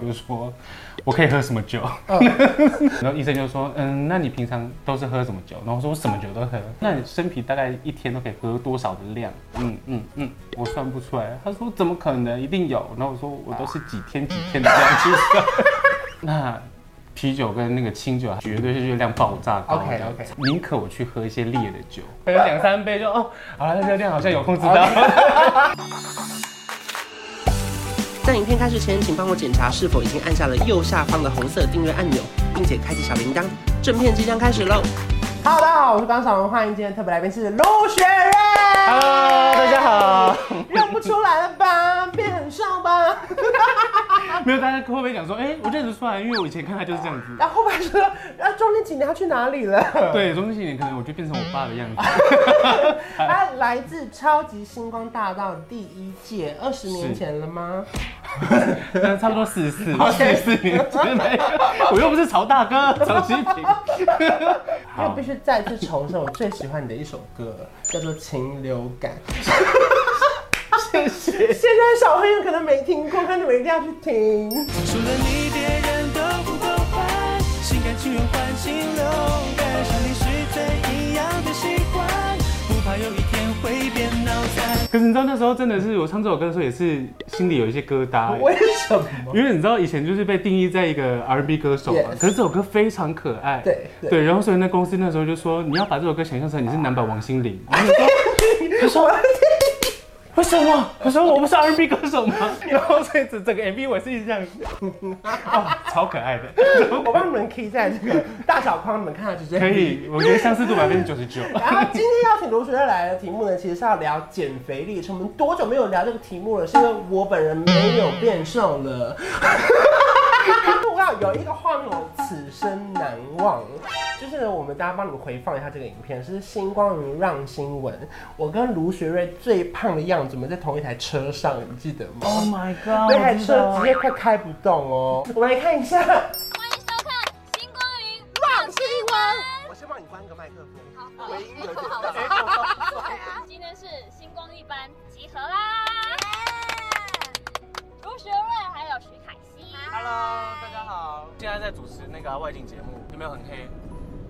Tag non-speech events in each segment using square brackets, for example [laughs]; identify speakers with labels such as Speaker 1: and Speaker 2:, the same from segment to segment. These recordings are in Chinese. Speaker 1: 比如说我可以喝什么酒， [laughs] 然后医生就说，嗯，那你平常都是喝什么酒？然后我说我什么酒都喝。那你生啤大概一天都可以喝多少的量？嗯嗯嗯，我算不出来。他说怎么可能，一定有。然后我说我都是几天几天的这样去算。 [laughs] 那啤酒跟那个清酒绝对是热量爆炸高的
Speaker 2: OK，OK
Speaker 1: 宁可我去喝一些烈的酒，喝两三杯就哦，好了，热量好像有控制到。 [laughs]
Speaker 3: 在影片开始前，请帮我检查是否已经按下了右下方的红色订阅按钮，并且开启小铃铛。正片即将开始喽！
Speaker 2: Hello，大家好，我是刚小文，欢迎今天的特别来宾是卢雪瑞。
Speaker 1: Hello，大家好。
Speaker 2: 认不出来了
Speaker 1: [laughs]
Speaker 2: 吧？变很上吧？
Speaker 1: 没有，大家会不会讲说，哎、我认得出来，因为我以前看他就是这样子。
Speaker 2: 然后后来说，啊，中间几年他去哪里了？
Speaker 1: 对，中性一点可能我就变成我爸的样子。 [laughs]
Speaker 2: 他
Speaker 1: 哎
Speaker 2: 来自《超级星光大道》第一届，二十年前了吗？
Speaker 1: 嗯差不多四十四，四十四年前没有， [laughs] 我又不是曹大哥，曹希平。
Speaker 2: 因为我必须再次重申，我最喜欢你的一首歌叫做《情流感》。
Speaker 1: 谢谢。
Speaker 2: 现在小朋友可能没听过，但你们一定要去听。
Speaker 4: 除了你，别人都不够烦。心甘情愿换心流感，想你是怎一样的习惯，不怕有一天会变脑残。
Speaker 1: 可是你知道那时候真的是我唱这首歌的时候，也是心里有一些疙瘩、欸
Speaker 2: 为什么？
Speaker 1: 因为你知道以前就是被定义在一个 R&B 歌手嘛
Speaker 2: Yes
Speaker 1: 可是这首歌非常可爱，
Speaker 2: 对对
Speaker 1: 对，然后所以那公司那时候就说你要把这首歌想象成你是男版王心 [laughs] 凌，然后你说，他说为什么？我说我不是 R&B 歌手吗？然后所以整整个 MV 我是这样子，哦，超可爱的，
Speaker 2: 我帮你们 key 在这个大小框，你们看到直接
Speaker 1: 可以，我觉得相似度百分之九十九。
Speaker 2: 然后今天邀请卢学乐来的题目呢，其实是要聊减肥历程。我们多久没有聊这个题目了？是因为我本人没有变瘦了。我要有一个画面，我此生难忘。就是呢，我们大家帮你们回放一下这个影片，是星光云让新闻，我跟卢学瑞最胖的样子，我们在同一台车上，你记得吗？
Speaker 1: Oh my god！
Speaker 2: 那台
Speaker 1: 我知
Speaker 2: 车
Speaker 1: 道
Speaker 2: 直接快开不动哦。我们来看一下，
Speaker 5: 欢迎收看《星光云让新闻
Speaker 2: 我先帮你关个麦克风。》。
Speaker 5: 好，
Speaker 2: 回音有 [laughs] 点
Speaker 5: 好了，好今天是星光一班集合啦！卢学瑞还有徐凯熙。
Speaker 4: Hello，大家好，现在在主持那个外景节目，有没有很黑？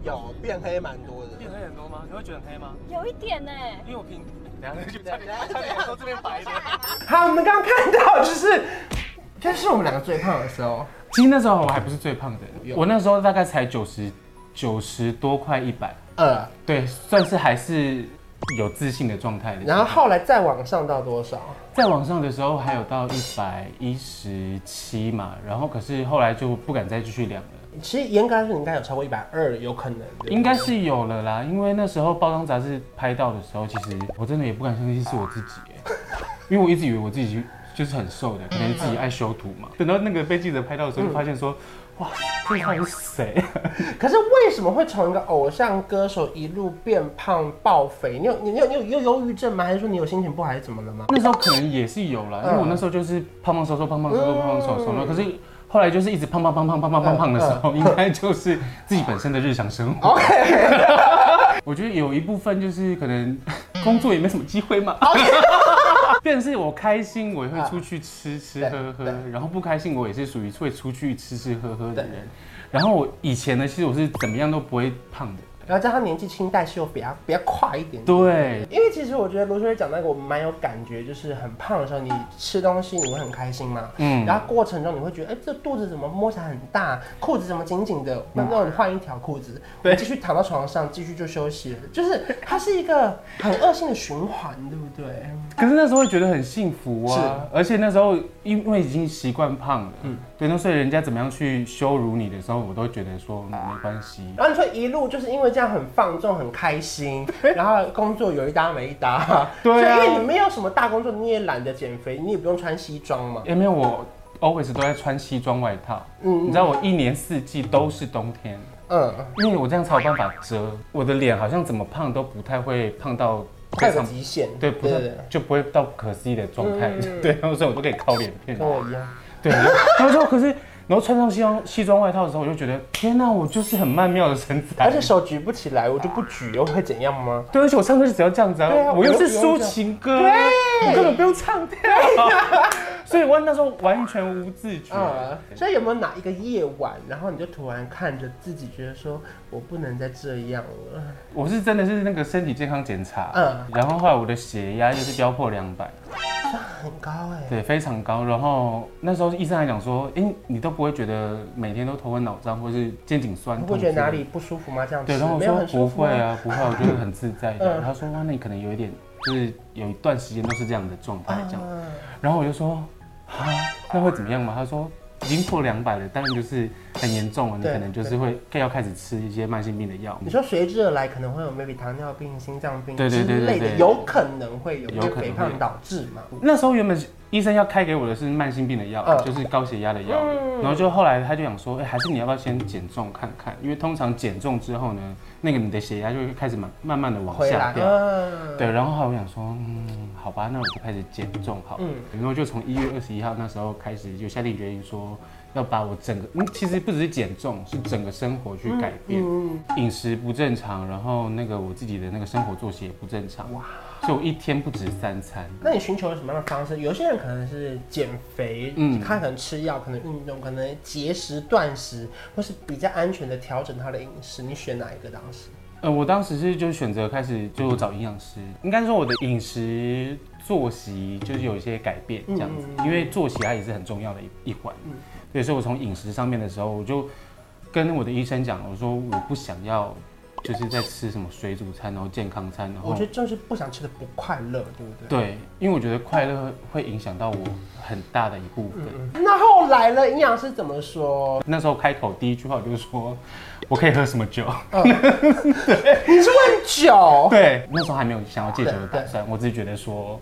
Speaker 2: 有变黑蛮多的。
Speaker 4: 变黑很多吗？你会觉得很黑吗？
Speaker 5: 有一点呢，
Speaker 4: 因为我平，等一下就差点差点说这边白一点。
Speaker 2: 好，我们刚刚看到就是，这是我们两个最胖的时候，
Speaker 1: 其实那时候我还不是最胖的
Speaker 2: 有，
Speaker 1: 我那时候大概才九十九十多，快一百，
Speaker 2: 呃，
Speaker 1: 对，算是还是有自信的状态的。
Speaker 2: 然后后来再往上到多少？
Speaker 1: 在网上的时候还有到一百一十七嘛，然后可是后来就不敢再继续量了，
Speaker 2: 其实严格来说，你应该有超过一百二，有可能的。
Speaker 1: 应该是有了啦，因为那时候包装杂志拍到的时候，其实我真的也不敢相信是我自己耶， [laughs] 因为我一直以为我自己就是很瘦的，可能自己爱修图嘛。等到那个被记者拍到的时候，就发现说，哇，这到底是谁？
Speaker 2: 可是为什么会从一个偶像歌手一路变胖爆肥？你有你你有你有你有忧郁症吗？还是说你有心情不好，还是怎么了吗？
Speaker 1: 那时候可能也是有
Speaker 2: 嗯
Speaker 1: 啦，因为我那时候就是胖胖瘦瘦，胖胖瘦瘦，胖胖瘦瘦。然后可是后来就是一直胖胖胖胖胖胖胖胖的时
Speaker 2: 嗯
Speaker 1: 候，应该就是自己本身的日常生
Speaker 2: [laughs]
Speaker 1: 活。 [laughs] 我觉得有一部分就是可能工作也没什么机会
Speaker 2: [laughs]
Speaker 1: 嘛。 [laughs] 变成是我开心，我也会出去吃吃喝喝
Speaker 2: 对；
Speaker 1: 然后不开心，我也是属于会出去吃吃喝喝的
Speaker 2: 对
Speaker 1: 人。然后我以前呢，其实我是怎么样都不会胖的。
Speaker 2: 然后加上年纪轻，代谢又比较比较快一点点。
Speaker 1: 对，
Speaker 2: 因为其实我觉得卢学瑞讲那个我蛮有感觉，就是很胖的时候，你吃东西你会很开心嘛，嗯，
Speaker 1: 嗯
Speaker 2: 然后过程中你会觉得，哎、这肚子怎么摸起来很大，裤子怎么紧紧的，那那你换一条裤子，对，继续躺到床上继续就休息了，就是它是一个很恶性的循环，对不对？
Speaker 1: 可是那时候会觉得很幸福啊，而且那时候因为已经习惯胖了，嗯，对，那所以人家怎么样去羞辱你的时候，我都觉得说、嗯没关系。
Speaker 2: 然后你说一路就是因为这样很放纵、很
Speaker 1: [laughs]
Speaker 2: 开心，然后工作有一搭没一搭，
Speaker 1: 对啊
Speaker 2: 所以因为你没有什么大工作，你也懒得减肥，你也不用穿西装嘛，
Speaker 1: 因为我 always 都在穿西装外套，
Speaker 2: 嗯
Speaker 1: 你知道我一年四季都是冬天，
Speaker 2: 嗯，
Speaker 1: 因为我这样才有办法遮我的脸，好像怎么胖都不太会胖到
Speaker 2: 它
Speaker 1: 非
Speaker 2: 有个
Speaker 1: 常
Speaker 2: 极限，
Speaker 1: 对，不是就不会到不可思议的状态，对， [laughs] 然后所以我都可以靠脸片
Speaker 2: 跟，我一样。
Speaker 1: 对，然后就可是然后穿上西装西装外套的时候，我就觉得天哪、我就是很曼妙的身材，
Speaker 2: 而且手举不起来，我就不举，又会怎样吗？
Speaker 1: 对，而且我唱歌是只要这样子啊，
Speaker 2: 对啊
Speaker 1: 我又
Speaker 2: 我又
Speaker 1: 是
Speaker 2: 不用
Speaker 1: 抒
Speaker 2: 这样
Speaker 1: 情歌，我根本不用唱跳， [laughs] 所以我那时候完全无自觉。
Speaker 2: 嗯，所以有没有哪一个夜晚，然后你就突然看着自己，觉得说我不能再这样了？
Speaker 1: 我是真的是那个身体健康检查，
Speaker 2: 嗯
Speaker 1: 嗯，然后后来我的血压又是飙破两百，
Speaker 2: 很高哎、
Speaker 1: 对，非常高。然后那时候医生还讲说，哎、你都不会觉得每天都头昏脑胀或是肩颈酸
Speaker 2: 你
Speaker 1: 痛，
Speaker 2: 不会觉得哪里？不舒服吗？这样子
Speaker 1: 对，然后我
Speaker 2: 没有
Speaker 1: 说
Speaker 2: 很舒
Speaker 1: 不
Speaker 2: 服
Speaker 1: 会
Speaker 2: 吗，
Speaker 1: 啊，不会，我觉得很自在的。
Speaker 2: 嗯
Speaker 1: 他说哇，那你可能有一点，就是有一段时间都是这样的状态这样。
Speaker 2: 嗯
Speaker 1: 然后我就说啊，那会怎么样嘛？他说已经破两百了，当然就是很严重了，你
Speaker 2: 对
Speaker 1: 可能就是会要开始吃一些慢性病的药。
Speaker 2: 你说随之而来可能会有 maybe 糖尿病、心脏病
Speaker 1: 对对
Speaker 2: 之
Speaker 1: 对对
Speaker 2: 类的，
Speaker 1: 对
Speaker 2: 有可能会有，因
Speaker 1: 有
Speaker 2: 为
Speaker 1: 可能
Speaker 2: 肥
Speaker 1: 会
Speaker 2: 胖
Speaker 1: 有
Speaker 2: 导致嘛。
Speaker 1: 那时候原本医生要开给我的是慢性病的药，
Speaker 2: 嗯
Speaker 1: 就是高血压的药，然后就后来他就想说，哎、还是你要不要先减重看看？因为通常减重之后呢，那个你的血压就会开始慢慢慢的往
Speaker 2: 回
Speaker 1: 下
Speaker 2: 来，
Speaker 1: 掉。
Speaker 2: 嗯，
Speaker 1: 对，然后后来我想说，嗯，好吧，那我就开始减重好了。
Speaker 2: 嗯
Speaker 1: 然后就从一月二十一号那时候开始，就下定决心说要把我整个，嗯，其实不只是减重，是整个生活去改变，
Speaker 2: 嗯
Speaker 1: 饮食不正常，然后那个我自己的那个生活作息也不正常，哇，所以我一天不止三餐。
Speaker 2: 那你寻求了什么样的方式？有些人可能是减肥，嗯，
Speaker 1: 嗯
Speaker 2: 他可能吃药，可能运动，可能节食断食，或是比较安全的调整他的饮食。你选哪一个当时？
Speaker 1: 呃，我当时是就选择开始就找营养师，应该说我的饮食作息就是有一些改变这样
Speaker 2: 嗯
Speaker 1: 子，因为作息它也是很重要的一一环。对，所以我从饮食上面的时候，我就跟我的医生讲，我说我不想要就是在吃什么水煮餐，然后健康餐，然
Speaker 2: 我
Speaker 1: 后
Speaker 2: 觉得就是不想吃的不快乐，对不对？
Speaker 1: 对，因为我觉得快乐会影响到我很大的一部分。
Speaker 2: 那后来呢？营养师怎么说？
Speaker 1: 那时候开口第一句话我就是说，我可以喝什么酒？
Speaker 2: 你是问酒？
Speaker 1: 对，哦那时候还没有想要戒酒的打算，我只是觉得说，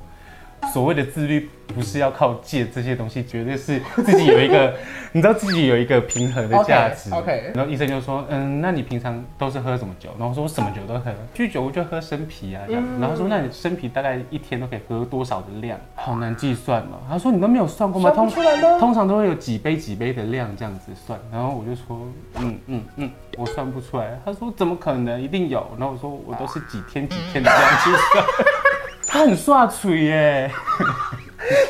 Speaker 1: 所谓的自律不是要靠戒这些东西，绝对是自己有一个，你知道自己有一个平衡的价值。
Speaker 2: OK，OK
Speaker 1: 然后医生就说，嗯，那你平常都是喝什么酒？然后我说我什么酒都喝，酗酒我就喝生啤啊这样。
Speaker 2: 嗯
Speaker 1: 然后说那你生啤大概一天都可以喝多少的量？好难计算哦。他说你都没有算过吗？
Speaker 2: 算不出来啊吗
Speaker 1: 通常都会有几杯几杯的量这样子算，然后我就说，嗯嗯嗯，我算不出来。他说怎么可能，一定有。然后我说我都是几天几天的这样去算。 [laughs] 他很刷嘴耶，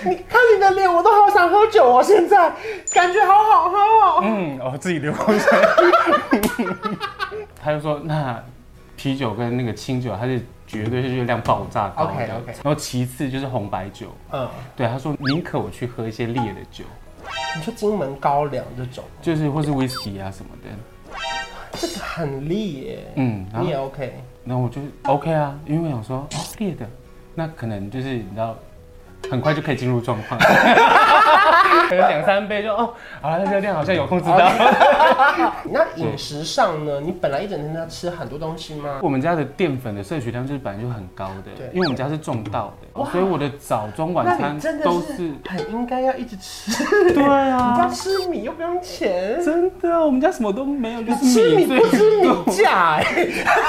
Speaker 2: 你看你的脸，我都好想喝酒哦！现在感觉好好喝哦。
Speaker 1: 嗯，我自己流口水。他就说那啤酒跟那个清酒，它是绝对是热量爆炸高的。
Speaker 2: OK，OK
Speaker 1: 然后其次就是红白酒，
Speaker 2: 嗯，
Speaker 1: 对他说宁可我去喝一些烈的酒，
Speaker 2: 你说金门高粱这种，
Speaker 1: 就是或是 whisky 啊什么的，
Speaker 2: 这个很烈耶。
Speaker 1: 嗯，然
Speaker 2: 你
Speaker 1: 后
Speaker 2: 也 OK，
Speaker 1: 然后我就 OK 啊，因为我想说哦烈的，那可能就是你知道，很快就可以进入状况，可能两三杯就哦，好了，热量好像有控制到。
Speaker 2: 那饮食上呢？你本来一整天都要吃很多东西吗？
Speaker 1: 我们家的淀粉的摄取量就是本来就很高
Speaker 2: 对
Speaker 1: 的，因为我们家是种稻的，所以我的早中晚
Speaker 2: 那
Speaker 1: 餐
Speaker 2: 你真的
Speaker 1: 都
Speaker 2: 是
Speaker 1: 是
Speaker 2: 很应该要一直吃，
Speaker 1: [laughs] 对
Speaker 2: 你家
Speaker 1: 啊，
Speaker 2: 吃米又不用钱，
Speaker 1: 真的啊，我们家什么都没有，就
Speaker 2: 吃
Speaker 1: 是
Speaker 2: 米
Speaker 1: 米
Speaker 2: 不吃
Speaker 1: 最多
Speaker 2: 米价哎。 [laughs]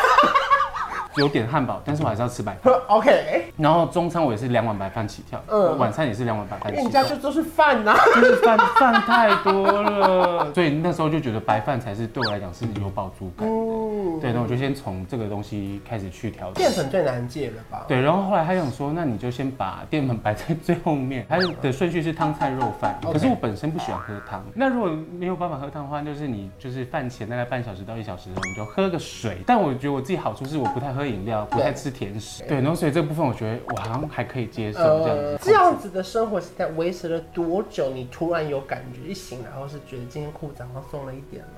Speaker 1: 有点汉堡，但是我还是要吃白饭。
Speaker 2: OK，
Speaker 1: 然后中餐我也是两碗白饭起跳，
Speaker 2: 嗯
Speaker 1: 晚餐也是两碗白饭
Speaker 2: 因
Speaker 1: 起
Speaker 2: 为
Speaker 1: 跳。
Speaker 2: 你家就都是饭呐。
Speaker 1: 就是饭饭太多了，所以那时候就觉得白饭才是对我来讲是有饱足感的。
Speaker 2: 嗯，
Speaker 1: 对，那我就先从这个东西开始去调整
Speaker 2: 淀。粉最难戒了吧？
Speaker 1: 对，然后后来他想说，那你就先把淀粉摆在最后面，他的顺序是汤菜肉饭。
Speaker 2: OK
Speaker 1: 可是我本身不喜欢喝汤，那如果没有办法喝汤的话，就是你就是饭前大概半小时到一小时的时候，你就喝个水。但我觉得我自己好处是我不太喝饮料，不太吃甜食。对，然后所以这部分我觉得我好像还可以接受这样子。
Speaker 2: 呃这样子的生活现在维持了多久？你突然有感觉，一醒来后是觉得今天裤子好像松了一点哦。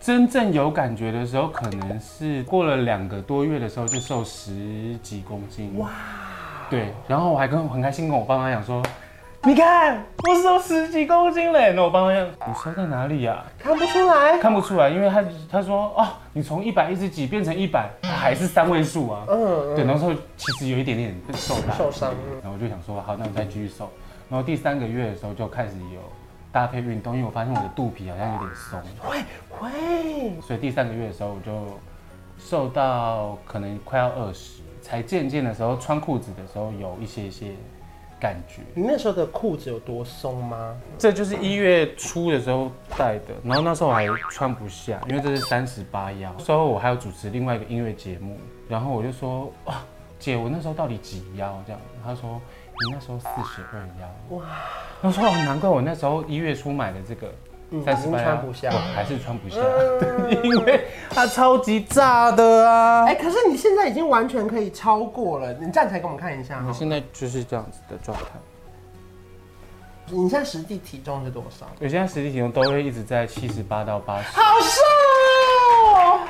Speaker 1: 真正有感觉的时候，可能是过了两个多月的时候就瘦十几公斤。哇！对，然后我还跟很开心跟我爸妈讲说，你看我瘦十几公斤嘞。那我爸妈讲，你瘦在哪里呀、
Speaker 2: 看不出来，
Speaker 1: 看不出来，因为他他说哦，你从一百一十几变成一百，还是三位数啊。
Speaker 2: 嗯，
Speaker 1: 对，那时候其实有一点点受打击
Speaker 2: 受伤
Speaker 1: 然后我就想说，好，那我再继续瘦。然后第三个月的时候就开始有搭配运动，因为我发现我的肚皮好像有点松。
Speaker 2: 会会，
Speaker 1: 所以第三个月的时候，我就瘦到可能快要二十，才渐渐的时候穿裤子的时候有一些一些感觉。
Speaker 2: 你那时候的裤子有多松吗？
Speaker 1: 这就是一月初的时候戴的，然后那时候我还穿不下，因为这是三十八腰。那时候我还有主持另啊外一个音乐节目，然后我就说哇，姐，我那时候到底几腰这样？她说你那时候四十二腰，哇！我说哦，难怪我那时候一月初买的这个
Speaker 2: 嗯
Speaker 1: 三十八
Speaker 2: 已经穿不下嗯
Speaker 1: 我还是穿不下， [laughs] 因为它超级炸的啊！
Speaker 2: 哎，可是你现在已经完全可以超过了，你站起来给我们看一下哈
Speaker 1: 我。现在就是这样子的状态，
Speaker 2: 你现在实际体重是多少？
Speaker 1: 我现在实体体重都会一直在七十八到八十，
Speaker 2: 好瘦哦！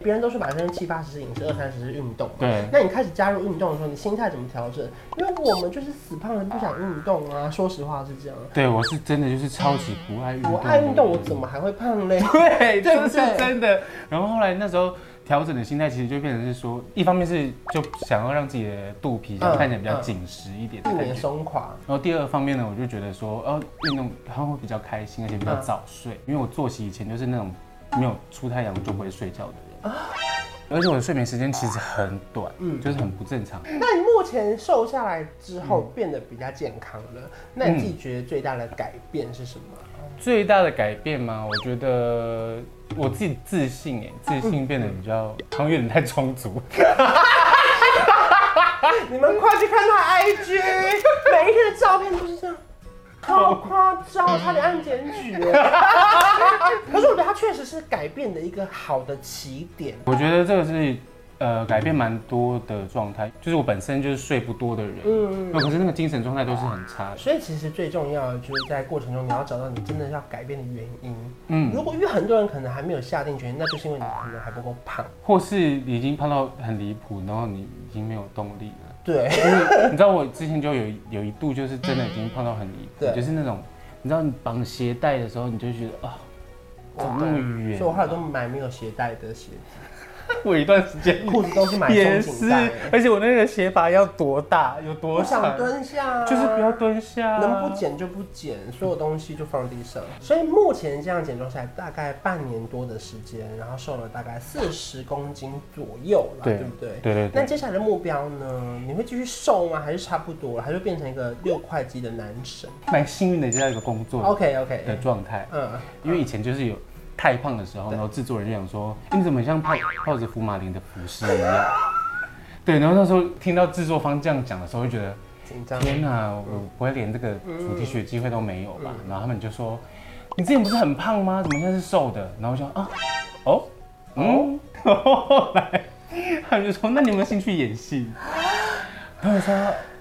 Speaker 2: 别人都是百分之七八十是饮食，二三十是运动嘛。
Speaker 1: 对
Speaker 2: 那你开始加入运动的时候，你心态怎么调整？因为我们就是死胖人，不想运动啊。说实话是这样。
Speaker 1: 对我是真的就是超级不爱运动，
Speaker 2: 我爱运动，我怎么还会胖嘞？
Speaker 1: 对，
Speaker 2: 对
Speaker 1: 这
Speaker 2: 不
Speaker 1: 是
Speaker 2: 对
Speaker 1: 真的。然后后来那时候调整的心态，其实就变成是说，一方面是就想要让自己的肚皮
Speaker 2: 嗯
Speaker 1: 看起来比较
Speaker 2: 嗯
Speaker 1: 紧实一点的
Speaker 2: 不
Speaker 1: 感
Speaker 2: 免
Speaker 1: 觉。
Speaker 2: 松垮。
Speaker 1: 然后第二方面呢，我就觉得说，哦，运动然后会比较开心，而且比较
Speaker 2: 嗯
Speaker 1: 早睡，因为我作息以前就是那种没有出太阳就不会睡觉的人，而且我的睡眠时间其实很短，
Speaker 2: 啊嗯
Speaker 1: 就是很不正常。
Speaker 2: 那你目前瘦下来之后变得比较健康了，那你自己觉得最大的改变是什么？
Speaker 1: 最大的改变嘛，我觉得我自己自信哎、
Speaker 2: 嗯
Speaker 1: 自信变得比较，好像有点太充足。 [laughs]
Speaker 2: 你们快去看他 IG，每一天的照片都是这样，超夸张，差点按检举了。 [laughs] 可是我觉得他确实是改变的一个好的起点。
Speaker 1: 我觉得这个是呃改变蛮多的状态，就是我本身就是睡不多的人，嗯，
Speaker 2: 嗯
Speaker 1: 可是那个精神状态都是很差的，
Speaker 2: 所以其实最重要的就是在过程中你要找到你真的要改变的原因。如
Speaker 1: 嗯，
Speaker 2: 果因为很多人可能还没有下定决心，那就是因为你可能还不够胖。
Speaker 1: 或是你已经胖到很离谱，然后你已经没有动力了。
Speaker 2: 对， [laughs]
Speaker 1: 你知道我之前就有有一度就是真的已经胖到很离
Speaker 2: 对
Speaker 1: 谱，就是那种你知道你绑鞋带的时候，你就觉得啊。怎么那么远
Speaker 2: 所以我后来都买没有鞋带的鞋子，
Speaker 1: 我一段时间
Speaker 2: 裤子都是买
Speaker 1: 也
Speaker 2: 松
Speaker 1: 是
Speaker 2: 紧带。，
Speaker 1: 而且我那个鞋拔要多大，有多
Speaker 2: 我想
Speaker 1: 长，
Speaker 2: 蹲下啊，
Speaker 1: 就是不要蹲下，啊
Speaker 2: 能不减就不减，所有东西就放地上。所以目前这样减重下来大概半年多的时间，然后瘦了大概四十公斤左右了，对
Speaker 1: 对
Speaker 2: 不对？
Speaker 1: 对对对
Speaker 2: 那接下来的目标呢？你会继续瘦吗？还是差不多了？还是变成一个六块肌的男神
Speaker 1: 蛮幸运的，接到一个工作
Speaker 2: ？OK
Speaker 1: 的
Speaker 2: OK，
Speaker 1: 状态，
Speaker 2: 嗯，
Speaker 1: 因为以前就是有太胖的时候，然后制作人就想说，欸你怎么像泡泡着福马林的服饰一样？ [laughs] 对，然后那时候听到制作方这样讲的时候，就觉得
Speaker 2: 紧张。
Speaker 1: 天哪、我不会连这个
Speaker 2: 嗯
Speaker 1: 主题曲的机会都没有吧？然后他们就说，你之前不是很胖吗？怎么现在是瘦的？然后我就啊，哦，嗯，然后后来他们就说，那你有没有兴趣演戏？然后我说，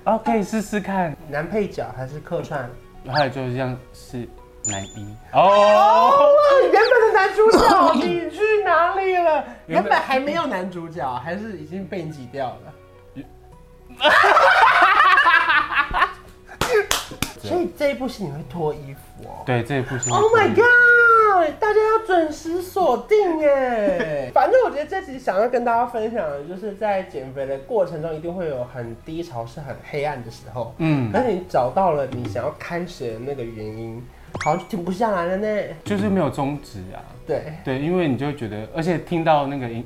Speaker 1: 啊，可以试试看。
Speaker 2: 男配角还是客串？
Speaker 1: 然后后来就这样是男一哦。
Speaker 2: 哇，原本的男主角你去哪里了？
Speaker 1: [laughs]
Speaker 2: 原
Speaker 1: 原本
Speaker 2: 本还没有男主角，还是已经被你挤掉了。
Speaker 1: [laughs]
Speaker 2: 所以这一部戏你会脱衣服哦。
Speaker 1: 对，这一部戏。
Speaker 2: Oh my god！大家要准时锁
Speaker 1: [laughs]
Speaker 2: 定耶。反正我觉得这集想要跟大家分享的就是，在减肥的过程中，一定会有很低潮、是很黑暗的时候。
Speaker 1: 嗯
Speaker 2: 可，是你找到了你想要开始的那个原因，好像就停不下来了呢。
Speaker 1: 就是没有终止啊。
Speaker 2: 对，
Speaker 1: 对，因为你就会觉得，而且听到那个影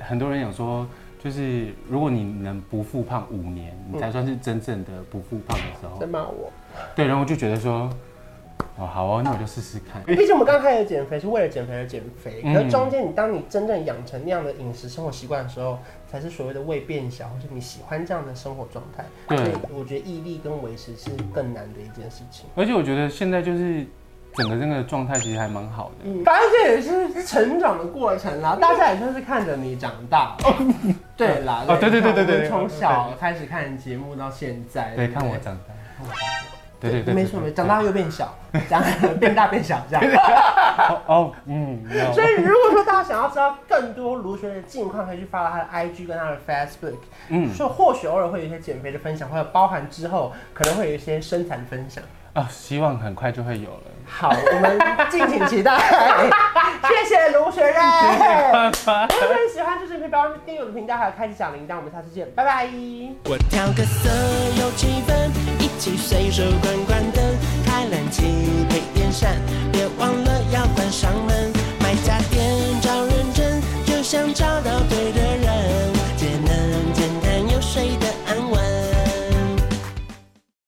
Speaker 1: 很多人讲说，就是如果你能不复胖五年，你才算是真正的不复胖的时候
Speaker 2: 在。骂我。
Speaker 1: 对，然后我就觉得说，哦，好哦，那我就试试看。
Speaker 2: 毕竟我们刚开始减肥是为了减肥而减肥，
Speaker 1: 嗯
Speaker 2: 可是中间你当你真正养成那样的饮食生活习惯的时候，才是所谓的胃变小，或是你喜欢这样的生活状态。
Speaker 1: 对
Speaker 2: 所以我觉得毅力跟维持是更难的一件事情。
Speaker 1: 而且我觉得现在就是整个那个状态其实还蛮好的。
Speaker 2: 嗯，反正这也是成长的过程啦，大家也算是看着你长大。 [laughs] 对啦，
Speaker 1: 哦对对对对对
Speaker 2: 我们从小开始看节目到现在，
Speaker 1: 对，
Speaker 2: 不
Speaker 1: 看我长大。对对对，
Speaker 2: 没错没错，长
Speaker 1: 大。
Speaker 2: 大又变小，长变大变小这
Speaker 1: [laughs]
Speaker 2: 样。
Speaker 1: 哦哦，嗯，有
Speaker 2: 所以如果说大家想要知道更多卢学的近况，可以去发到他的 IG 跟他的 Facebook。嗯，
Speaker 1: 嗯
Speaker 2: 所以或许偶尔会有一些减肥的分享，或者包含之后可能会有一些身材的分享。
Speaker 1: 啊，希望很快就会有了。
Speaker 2: 好，我们敬请期待。 [laughs] 谢谢卢学任。
Speaker 1: 拜拜。
Speaker 2: 如果你喜欢这支影片，不要忘记订阅我的频道，还有开启小铃铛。我们下次见，拜拜。
Speaker 3: 我调个色，有气氛，一起随手关关灯，开冷气配电扇，别忘了要关上